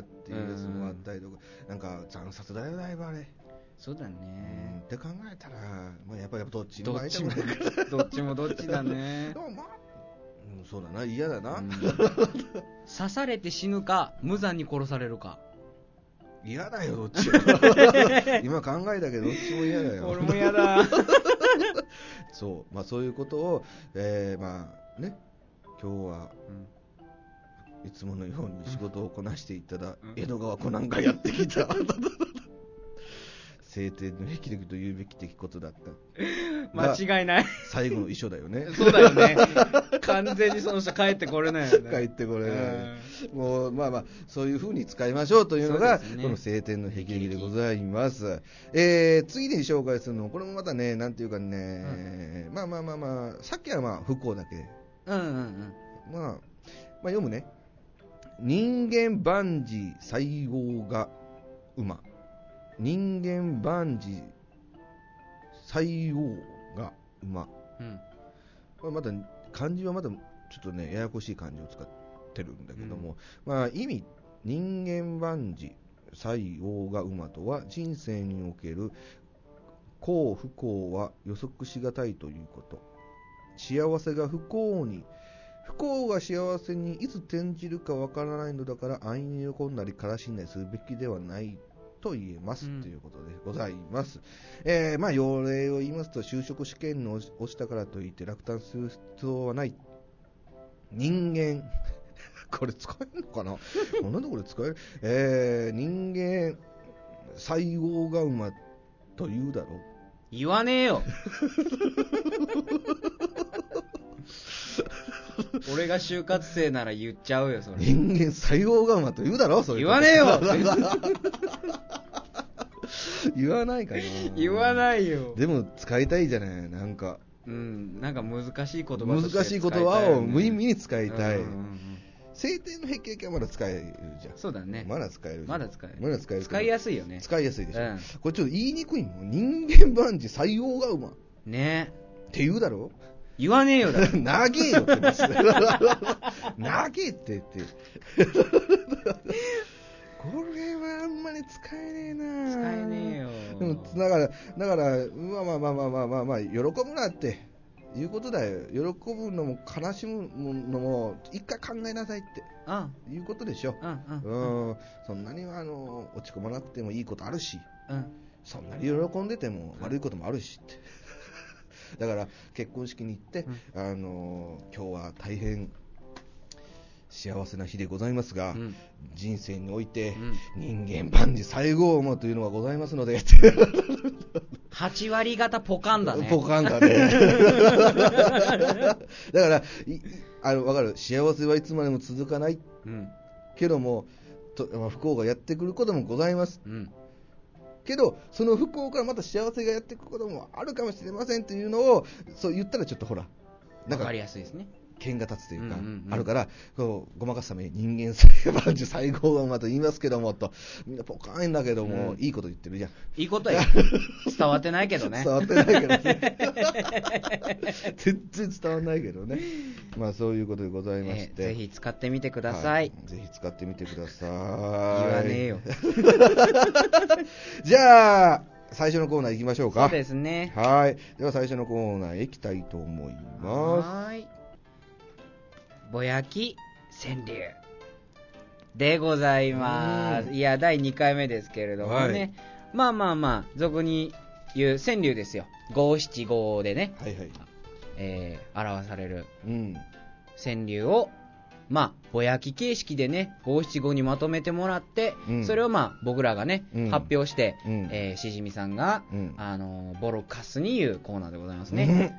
っていうやつもあったりとか、なんか残殺だよだいぶあれ、
そうだ
うんっ
ね。
て考えたら、まあ、やっぱやっぱどっちに
ど
も
っ
会いた
ち
く
も
ない <laughs> で、
どっちもどっちだ
<laughs>
ね。
もまあ、うん、そうだな嫌だな、
うん刺されて死ぬか、無残に殺されるか。
嫌だよどっち
<laughs>
も今考えたけどどっちも嫌だ <laughs> よ
俺も嫌だ。
そうまあそういうことを、えーまあね今日は
うん
いつものように仕事をこなしていったら、
うん
江戸川コナンがやってきた。晴天の霹靂と言うべき的ことだった。が
間違
<laughs>
いない。。
最後の遺書だよね
そうだよね。 <laughs> 完全にその人帰ってこれないよね。
書いてこれね。もう、まあまあ、そういうふうに使いましょうというのが、
そうですね
この晴天の霹靂でございます。えー、次に紹介するの、これもまたね、なんていうかね、まあまあまあまあ、さっきはまあ、不幸だけ。
うんうんうん。
まあ、まあ読むね。人間万事西郷が馬。人間万事西郷が馬。
うん、
これまだ漢字はまだちょっとね、ややこしい漢字を使ってるんだけども、まあ意味、人間万事西郷が馬とは人生における幸不幸は予測しがたいということ。幸せが不幸に不幸が幸せにいつ転じるかわからないのだから安易に喜んだり悲しんだりするべきではないと言えます、
うん
ということでございます、えーまあ要例を言いますと就職試験の落ちたからといって落胆する必要はない人間 <laughs> これ使えるのかなこんなところで使える、えー人間西郷が馬と言うだろう
言わ
<laughs>
ねえよ俺が就活生なら言っちゃうよそれ
人間西郷が馬と言うだろそれ
言わねえよ
言わないかな
言わ
い
ないよ
でも使いたいじゃないなんか
うんなんか難しい言葉と
難
て
しい言葉を無意味に使いたい
うんうんうん
晴天の辟易はまだ使えるじゃん
そうだね
まだ使えるじゃん
まだ使える
まだ使える
使いやすいよね
使いやすいでしょ、
うん
これちょっと言いにくいもん人間万事西郷が馬っ
ね
て言うだろ
言わねえよだ
<laughs> 長えよってます長えってってこれはあんまり使えねえな
使えねえよ
でもだからだからまあまあまあまあまあまあ、まあ、喜ぶなっていうことだよ喜ぶのも悲しむのも一回考えなさいっ
うん
ていうことでしょ
うんう
うんん、そんなにあの落ち込まなくてもいいことあるし
うん
そんなに喜んでても悪いこともあるし
<laughs>
って。だから結婚式に行って、あのー今日は大変幸せな日でございますが、
うん
人生において
うん
人間万事最後思というのがございますので、って
8割方ポカンだね
<laughs> ポカンだ
<laughs>
ね。だから、いあのわかる、幸せはいつまでも続かない
うん
けども、とまあ不幸がやってくることもございます。
うん
けど、その不幸からまた幸せがやってくることもあるかもしれませんというのを、そう言ったらちょっとほら、な
わ
んか
かり、やすいですね
剣が立つというか、
うんうんうん
あるから、こうごまかすために人間最万事最高はまと言いますけども、と、みんなポカーンだけども、
うん
いいこと言ってるじゃん。
いいことや伝わってないけどね
伝わってないけどね。
<laughs>
全然伝わらないけどね。まあ、そういうことでございまし
えー
て。
ぜひ使ってみてく
く
ださい、
ぜひ使ってみてください。
言わねえよ
じゃあ、最初のコーナー行きましょうか。
そうですね
はい。では最初のコーナーへ行きたいと思いま
はーいぼやき川柳でございます、
うん
いや第2回目ですけれどもね、
はい
まあまあまあ俗に言う川柳ですよ五七五でね、
す。はいはい。
えー表される
うん。
川柳をまあぼやき形式でね五七五にまとめてもらって、
うん
それをまあ僕らがね、
うん
発表して、
うん
えーしじみさんが、
うん
あのーボロカスに言うコーナーでございますね、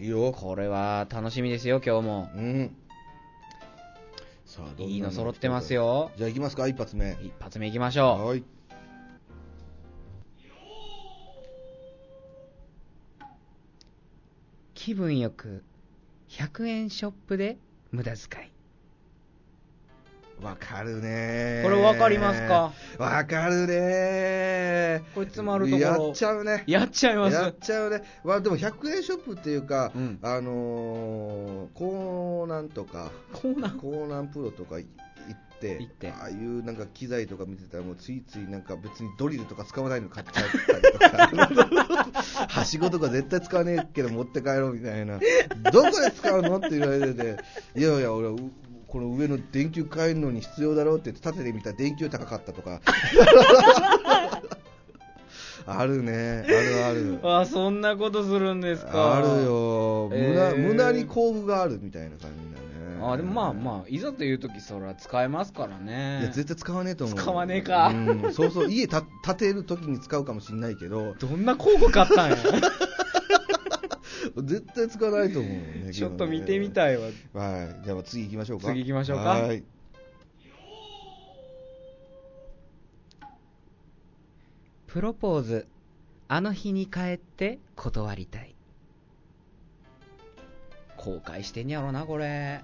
うん。いいよ。
これは楽しみですよ今日も
うん。さあ、どんな
どんなのいいの揃ってます。よ。
じゃあ行きますか、一発目。
一発目いきましょ
い。
う。気分よく、100円ショップで無駄遣い。
わかるね
これわかりますか
わかるね
これ詰まるところ
やっちゃうね。
やっちゃいます。
やっちゃうね。まあでも100円ショップっていうか、
うん
あのー、コーナンとか、
こうな
<laughs>
ん。
コーナンプロとか行って、
行って
ああいうなんか機材とか見てたら、もうついついなんか別にドリルとか使わないの買っちゃったりと
<laughs>
か、はしごとか絶対使わねえけど持って帰ろうみたいな、どこで使うのって言われてて、いやいや、俺はう、この上の電球変えるのに必要だろうって言って、立ててみたら電球高かったと
<laughs>
か。あるね、あるある。
あ、そんなことするんですか。
ある。よ、無
え
駄
ー
無駄に甲府があるみたいな感じだね。
あ、でもまあまあ、いざという時それは使えますからね。
いや絶対使わねえと思う
使わねえか
うん、そうそう家た建てる時に使うかもしれないけど
どんな工具買ったんや。
絶対使わないと思うよね
<laughs> ちょっと見てみ
い
たいわ。
はいじゃあ次行きましょうか
次行きましょうか
はい
プロポーズ、あの日に帰って断りたい。後悔してんやろな、これ。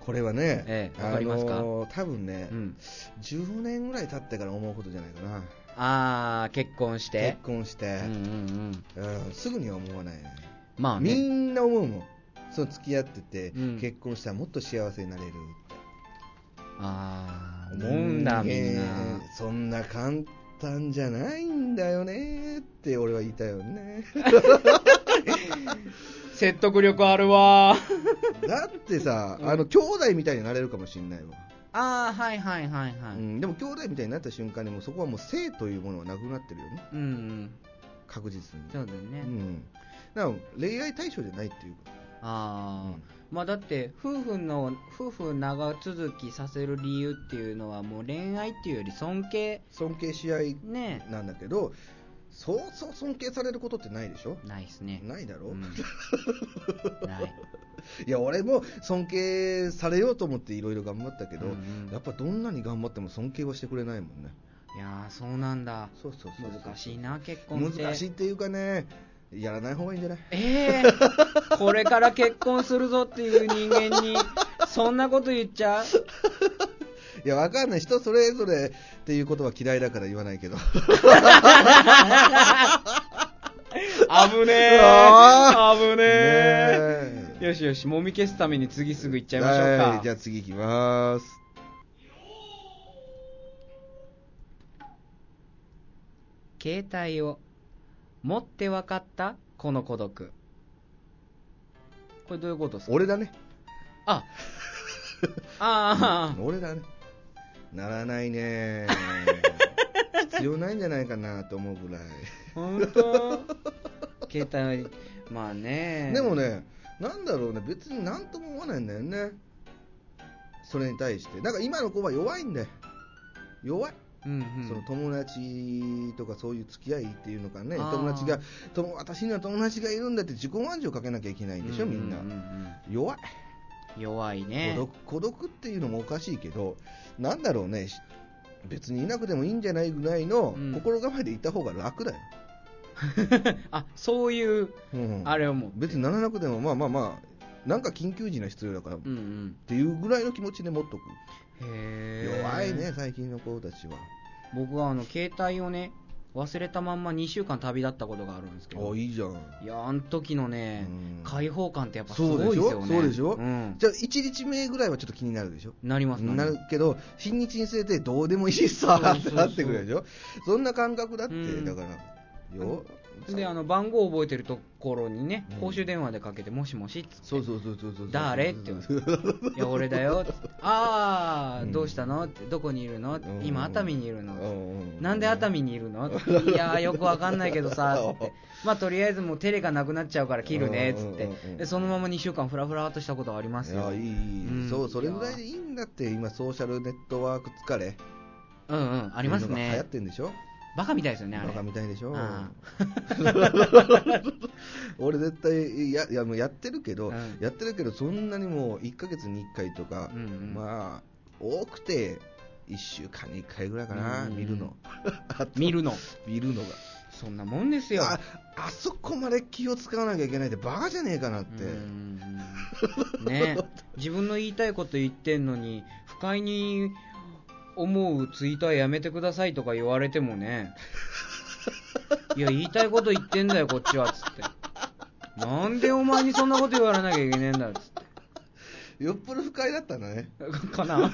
これはね、
ええわかります
あ
か
のー多分ね、
うん。
10年ぐらい経ってから思うことじゃないかな
あー、結婚して
結。婚して
うん、うんうん。
うんすぐには思わないね
まあ
み
ね、
んな思うもんその付き合ってて、
うん
結婚したらもっと幸せになれる
ああ、思うんだ、みん
ね
な。
えそんな簡単じゃないんだよねって俺は言いたいよ
<laughs>
ね
説得力あるわ。
だってさあの兄弟みたいになれるかもしれないわ、
ああ、はいはいはいは
う
い。うん、
ん、でも兄弟みたいになった瞬間にもうそこはもう性というものはなくなってるよね
うん、
確実に
そうだよね。
うんだから恋愛対象じゃないっていうこ
ああ、まあだって夫婦の夫婦長続きさせる理由っていうのはもう恋愛っていうより尊敬
尊敬し合い
ね
なんだけどそうそう尊敬されることってないでしょ
ないですね
ないだろ、
うんない
いや俺も尊敬されようと思っていろいろ頑張ったけど、
うんうん
やっぱどんなに頑張っても尊敬はしてくれないもんね
いやーそうなんだ
そうそうそうそう
難しいな結婚って
難しいっていうかねやらない方がいいんじゃない
えー、これから結婚するぞっていう人間にそんなこと言っちゃう
いやわかんない人それぞれっていうことは嫌いだから言わないけど
危ねえ
あ
危ね
ね
えよしよしもみ消すために次すぐ行っちゃいましょうか、
はいじゃあ次いきます
携帯を持って分かったこの孤独これどういうことですか
俺だね
あああ
俺だねならない
<laughs>
ね必要ないんじゃないかなと思うぐらい、
本当携帯まあね
でもねなんだろうね別に何とも思わないんだよねそれに対してなんか今の子は弱いんだよ弱い
うん
その友達とかそういう付き合いっていうのかね、
あー
友達が、とも私には友達がいるんだって自己暗示をかけなきゃいけな
う
い
ん
んでしょ、みんな。弱い、
弱いね
孤独、孤独っていうのもおかしいけど、なんだろうね、し別にいなくてもいいんじゃないぐらいの
うん
心構えでいた方が楽だよ。
<laughs> あそういう
うん
あれをもう
別にならなくても、まあまあまあ、なんか緊急時が必要だからっ
うん
ていうぐらいの気持ちで持っとく。
うんへえ
弱いね、最近の子たちは。
僕はあの携帯をね忘れたまんま2週間旅立ったことがあるんですけど
あ、
い
いいじゃん。
やあの時のね、
うん
解放感ってやっぱすごいですよね
そうでしょそうでしょ
ん、
じゃあ、1日目ぐらいはちょっと気になるでしょ
なります
なるけど、新日に据えてどうでもいいさ
そ
っ
うそうそう
てなってくるでしょ、そんな感覚だって、
うん
だから、よ
であの番号を覚えてるところにね
うん
公衆電話でかけて「もしもし」っつって
そうそうそうそうそう、
誰って言うんです「いや俺だよ」っつって「ああ
うん
どうしたの?」って「どこにいるの?」って「今熱海にいるの?」なんで熱
海
海にいるの?」っていやーよくわかんないけどさ」って「まあとりあえずもうテレがなくなっちゃうから切るね」っつっ
うんうんうんう
て
ん
でそのまま2週間フラフラっとしたことがあります
いや
よ
いいいい、
うん
そう、それぐらいでいいんだって、今、ソーシャルネットワーク疲れ、
うんうんあります
いうのが流行
ね
ってんでしょ、
バカみたいですよねあ
バカ
れ
みたいでしょ
あ、
<laughs> 俺、絶対やいやもうやってるけど、
うん
やってるけど、そんなにもう1ヶ月に1回とか
う、んうん
まあ、多くて1週間に1回ぐらいか
う
な、
んうん
見る
<laughs>
の。あと
見るの
見るのが。
そんなもんですよ
ああそこまで気を使わなきゃいけないってバカじゃねえかなって。
うんね自分の言いたいこと言ってんのに不快に思うツイートはやめてくださいとか言われてもねいや言いたいこと言ってんだよこっちはつってなんでお前にそんなこと言われなきゃいけねえんだよつっ
よっぽど不快だったんだ
<laughs>
ね。
てかな
よ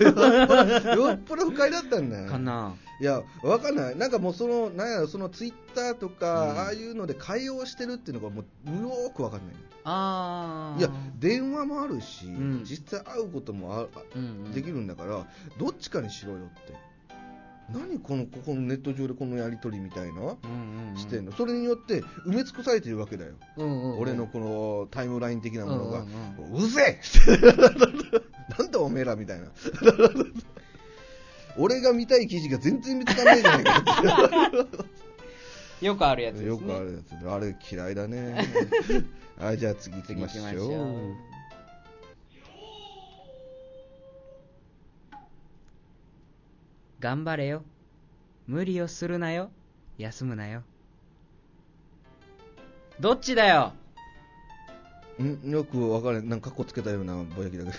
っぽど不快だったんだよ。
かない
や、わかんない。なんかもうその、なんやろ、そのツイッターとか、
うん
ああいうので会話をしてるっていうのがもう、むよーくわかんない。
あー
いや、電話もあるし、
うん
実際会うこともあ
うんうん
できるんだから、どっちかにしろよって。何この、ここのネット上でこのやりとりみたいな
うんうんうん
してんの。それによって埋め尽くされてるわけだよ。
うんうんうん
俺のこのタイムライン的なものが
うんう、
うぜえ <laughs> なんだおめえらみたいな。 <laughs> 俺が見たい記事が全然見つかんないじゃないか
よくあるやつ
っ
で
て。
すね
よくあるやつで。あれ嫌いだね。
<laughs>
はい、じゃあ次行き
次行
ま
き
し
まし
ょ
ょ
う
う。頑張れよ無理をするなよ休むなよどっちだよ
うん、よく分かれん、なんかカッコつけたようなぼやきだけ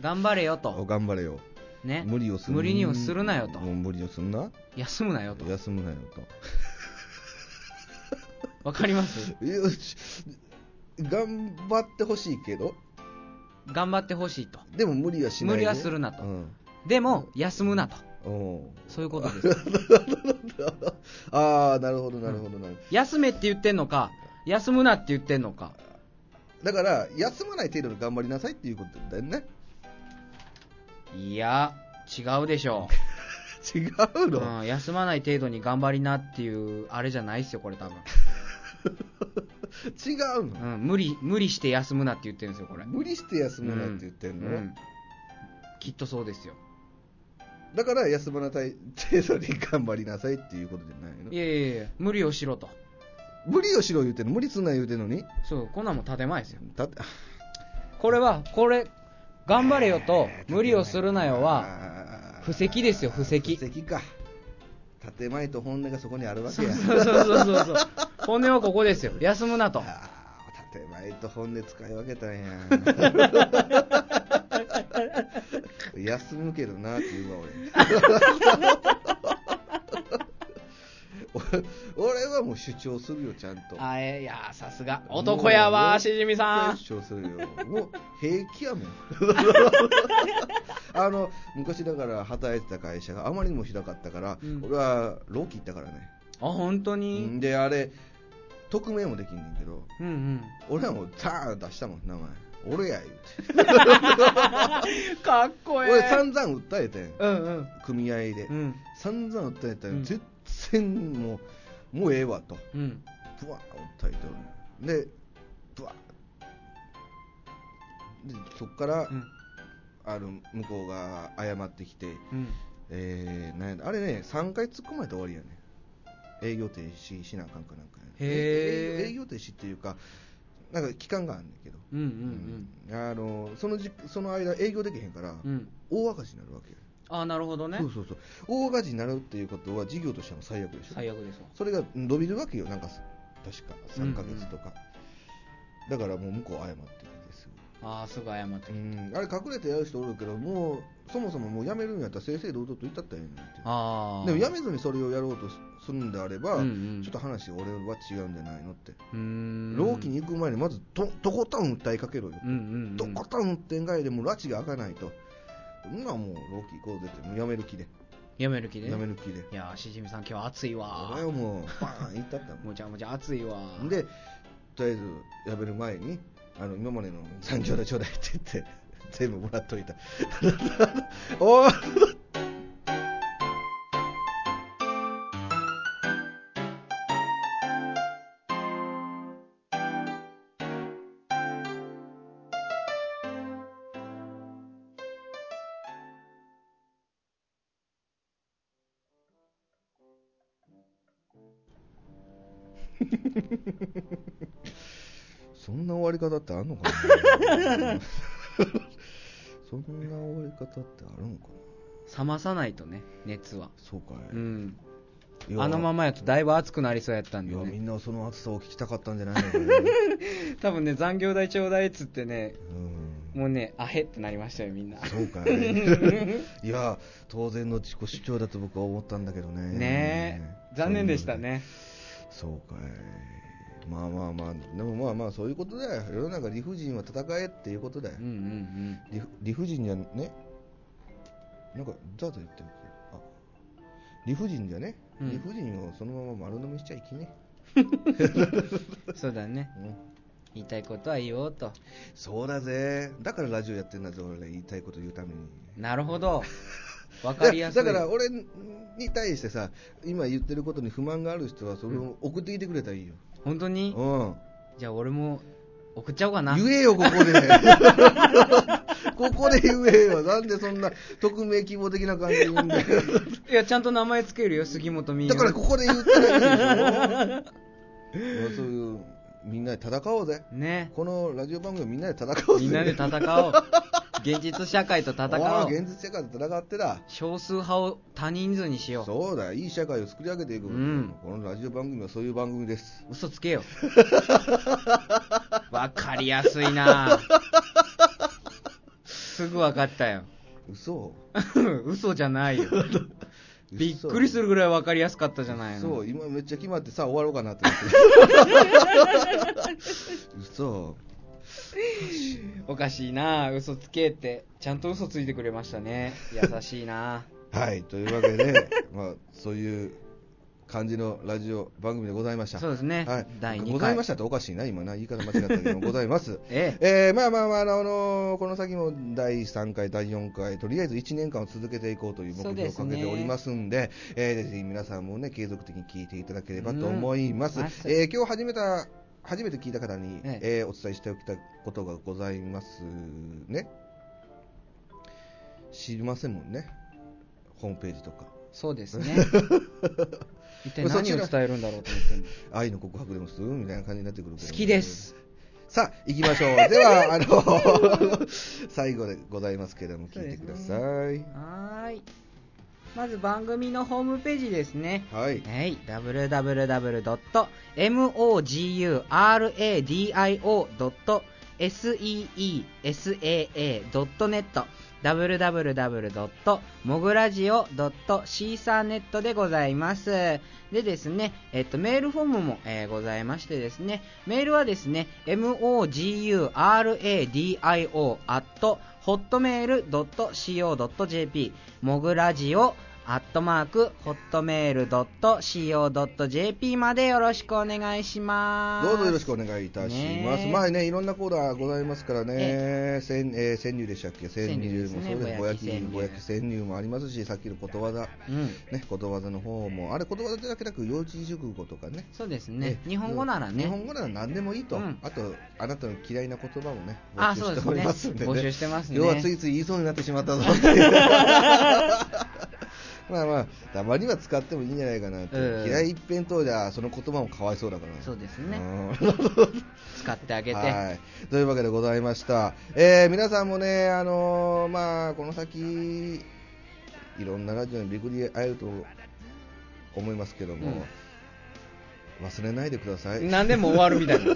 頑張れよ
ど、<laughs>
と
頑張れよ。
ね
無理をする
無理にもするなよと
もう無理をすんな。
休むなよと
休むなよ
わかり
<laughs>
ます
と。よし。頑張ってほしいけど、
頑張ってほしいと
でも無理はしないよ。
無理はするなと
うん。
でも休むなと
おう <laughs>
そういうことです
ああ、なるほど、なるほど、なるほ
休めって言ってんのか休むなって言ってんのか
ど。だから、休まない程度で頑張りなさいっていうことだよね。
いや違うでしょう
違うの、
うん、休まない程度に頑張りなっていうあれじゃないっすよこれ多分
違う
う
の、
ん、無理無理して休むなって言ってるんですよこれ
無理して休むなって言ってんの、
うんきっとそうですよ
だから休まなさい程度に頑張りなさいっていうことじゃないの
いやいやいや無理をしろと
無理をしろ言うてんの無理すんな言うてんのに
そうこんなんも建前ですよ
だって
これはこれ頑張れよと無理をするなよは
は
布石ですよ布石
布石か建前と本音がそこにあるわけ
そう
や
そうそうそうそうそう本音はここですよ休むなと
あー建前と本音使い分けたんや
<laughs>
休むけどなって言うわ俺俺
<laughs>
俺はもう主張するよちゃんと
あえいやさすが男やわしじみさん
主張するよもう平気
<laughs>
やもんあの昔だから働いてた会社があまりにもひどかったから、
うん
俺はローキ行ったからね、
あ本当
ん
に
であれ匿名もできんねんけど
うんうん
俺はもうザーン出したもん名前俺や言うて
かっこええ
俺散々訴えてん
うんうん
組合で、
うん
散々訴えたよ、
うん
全然もうもうええわと
うん
ブワー訴えて俺でブワーでそっから、
うん
あの向こうが謝ってきて、
うん
えー、なんやあれね、3回突っ込まれて終わりやね営業停止しなあかんかなんかやね
へー
営業営業停止っていうか、なんか期間があるんだけど、
うんうん
うんあのそのじその間、営業できへんから、
うんうん
大赤字になるわけよ、
あなるほどね
そうそうそう、大赤字になるっていうことは、事業としても最悪でしょ、
最悪ですわ
それが伸びるわけよ、なんか、確か3ヶ月とか、だからもう向こう謝ってきてすぐ
ああすぐ謝って
う
る
ん、あれ隠れてやる人おるけどもうそもそももう辞めるんやったら正々堂々と言ったったらええのにって
ああ
でも辞めずにそれをやろうとすするんであれば、
うんうん
ちょっと話俺は違うんじゃないのって、
うーん
老期に行く前にまずととことん訴えかけろよ、
うんうんうん
とことん展開でもう拉致が開かないとそんなんもう老期行こうぜってもう辞める気で
やめる気
辞
で
める気で
いやーしじみさん今日暑いわ
俺はもうバーン行ったったも
もちゃもちゃ暑いわ
んでとりあえず辞める前にあの今までの残業代ちょうだいって言って全部もらっといた <laughs> おーそんな終わり方ってあるのかなそ
<laughs>
んな終わり方ってあるのかな
冷まさないとね熱は
そうか
う
い、
ん
いや
あのままやとだいぶ暑くなりそうやったん
い
で
やみ
ね
んなその暑さを聞きたかったんじゃないのか
<laughs>
な、
多分ね残業代ちょうだいっつってね
うん、
もうねあへってなりましたよみんな
そうか
<laughs>
いいや当然の自己主張だと僕は思ったんだけどね
ねえ残念でしたね
そうかいまあまあまあでもまあまあそういうことだよ世の中理不尽は戦えっていうことだよ
うんうん
理不理不尽じゃねなんかザーザー言ってるあ理不尽じゃね、
うん
理不尽をそのまま丸飲みしちゃいけね
うんそうだね
え、うん、
言いたいことは言おうと
そうだぜだからラジオやってんだぜ俺ら言いたいこと言うために
なるほどわかりやす
だ
い
から俺に対してさ今言ってることに不満がある人はそれを送ってきてくれたらいいよ、
本当に
うん、
じゃあ俺も送っちゃおうかな
言えよここで <laughs> ここで言えよなんでそんな匿名希望的な感じで言うんだよ
いやちゃんと名前つけるよ杉本美優
だからここで言ったらいいでしょまあそういうみんなで戦おうぜ
ね
このラジオ番組をみんなで戦おうぜ
みんなで戦お
<laughs>
う現実社会と戦
ああ
おう
現実社会で戦ってだ
少数派を多人数にしよう
そうだいい社会を作り上げていく、
うん
このラジオ番組はそういう番組です
嘘つ
<laughs>
けよわかりやすいなすぐわかったよ <laughs>
嘘
嘘じゃないよびっくりす
る
るぐらいわかりやすかったじゃないの
そう今めっちゃ決まってさあ終わろうかなって
<laughs>
思って嘘
おかしいな嘘つけってちゃんと嘘ついてくれましたね優しいな
<laughs> はいというわけでまあそういう感じのラジオ番組でございました
そうですね、
はい、
第2回
ございましたっておかしいな、今な、言い方間違ったけど、ございます。
<laughs> ええ
えーまあまあまあ、あのあのこの先も第3回、第4回、とりあえず1年間を続けていこうという目標をか
そうで
け
すね
ておりますんで、えーぜひ皆さんもね、継続的に聞いていただければと思います。
うん
えー今日始めた初めて聞いた方に、
え
えーお伝えしておきたいことがございますね。知りませんもんね。ホームページとか。
そうです <laughs> ね一体何を伝えるんだろうと思ってんの
愛の告白でもするみたいな感じになってくるけど
好きです
さあ、行きましょう。で
<laughs>
は、あの、 <laughs> 最後でございますけれども、聞いてください。
はーいまず番組のホームページですね
はい。
はい、www.moguradio.seesaa.net www.mogradio.caesarnet でございます。でですね、えっと、メールフォームも、えーございましてですね、メールはですね、moguradio.hotmail.co.jp もぐらじをアットマーク、ホットメール .co.jp までよろしくお願いします。
どうぞよろしくお願いいたします。
ねえ
まあね、いろんなコーナーございますからね、川、えー、川柳でしたっけ川
川柳
柳
です
も
ね
そうです。ぼやき、
ぼやき川柳
ぼやき川柳もありますし、さっきのことわざ、
うん。
ね、ことわざの方も、あれ、ことわざだけなく、幼児熟語とかね。
そうですね。
え
日本語ならね。
日本語なら何でもいいと、
うん
あと、あなたの嫌いな言葉もね、募
あ
集
そうで
し
す
ており
ね
ますんでね。
募集してますね
要はついつい言いそうになってしまった
<laughs>
ぞっていうまあまあ、たまには使ってもいいんじゃないかなって、
うん
嫌い一辺倒じゃ、その言葉もかわいそうだから。
そうですね
うん
使ってあげ
<laughs>
て。
はい、というわけでございました、えー皆さんもね、あのーまあ、この先、いろんなラジオにびっくり会えると思いますけども、忘れないでください。
何でも終わるみた
<laughs>
いな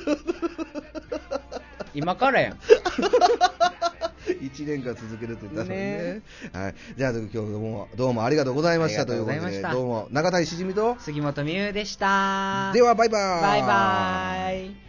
今からやん
<laughs> 1年間続けるって言ったのにね
ね
はい、じゃあ今日どうもどうもありがとうございました
あ
とい
り
う
が
こと
う
と
ございま
で
した
どうも中谷しじみと
杉本美優でした
ではバイバーイ
バイバーイ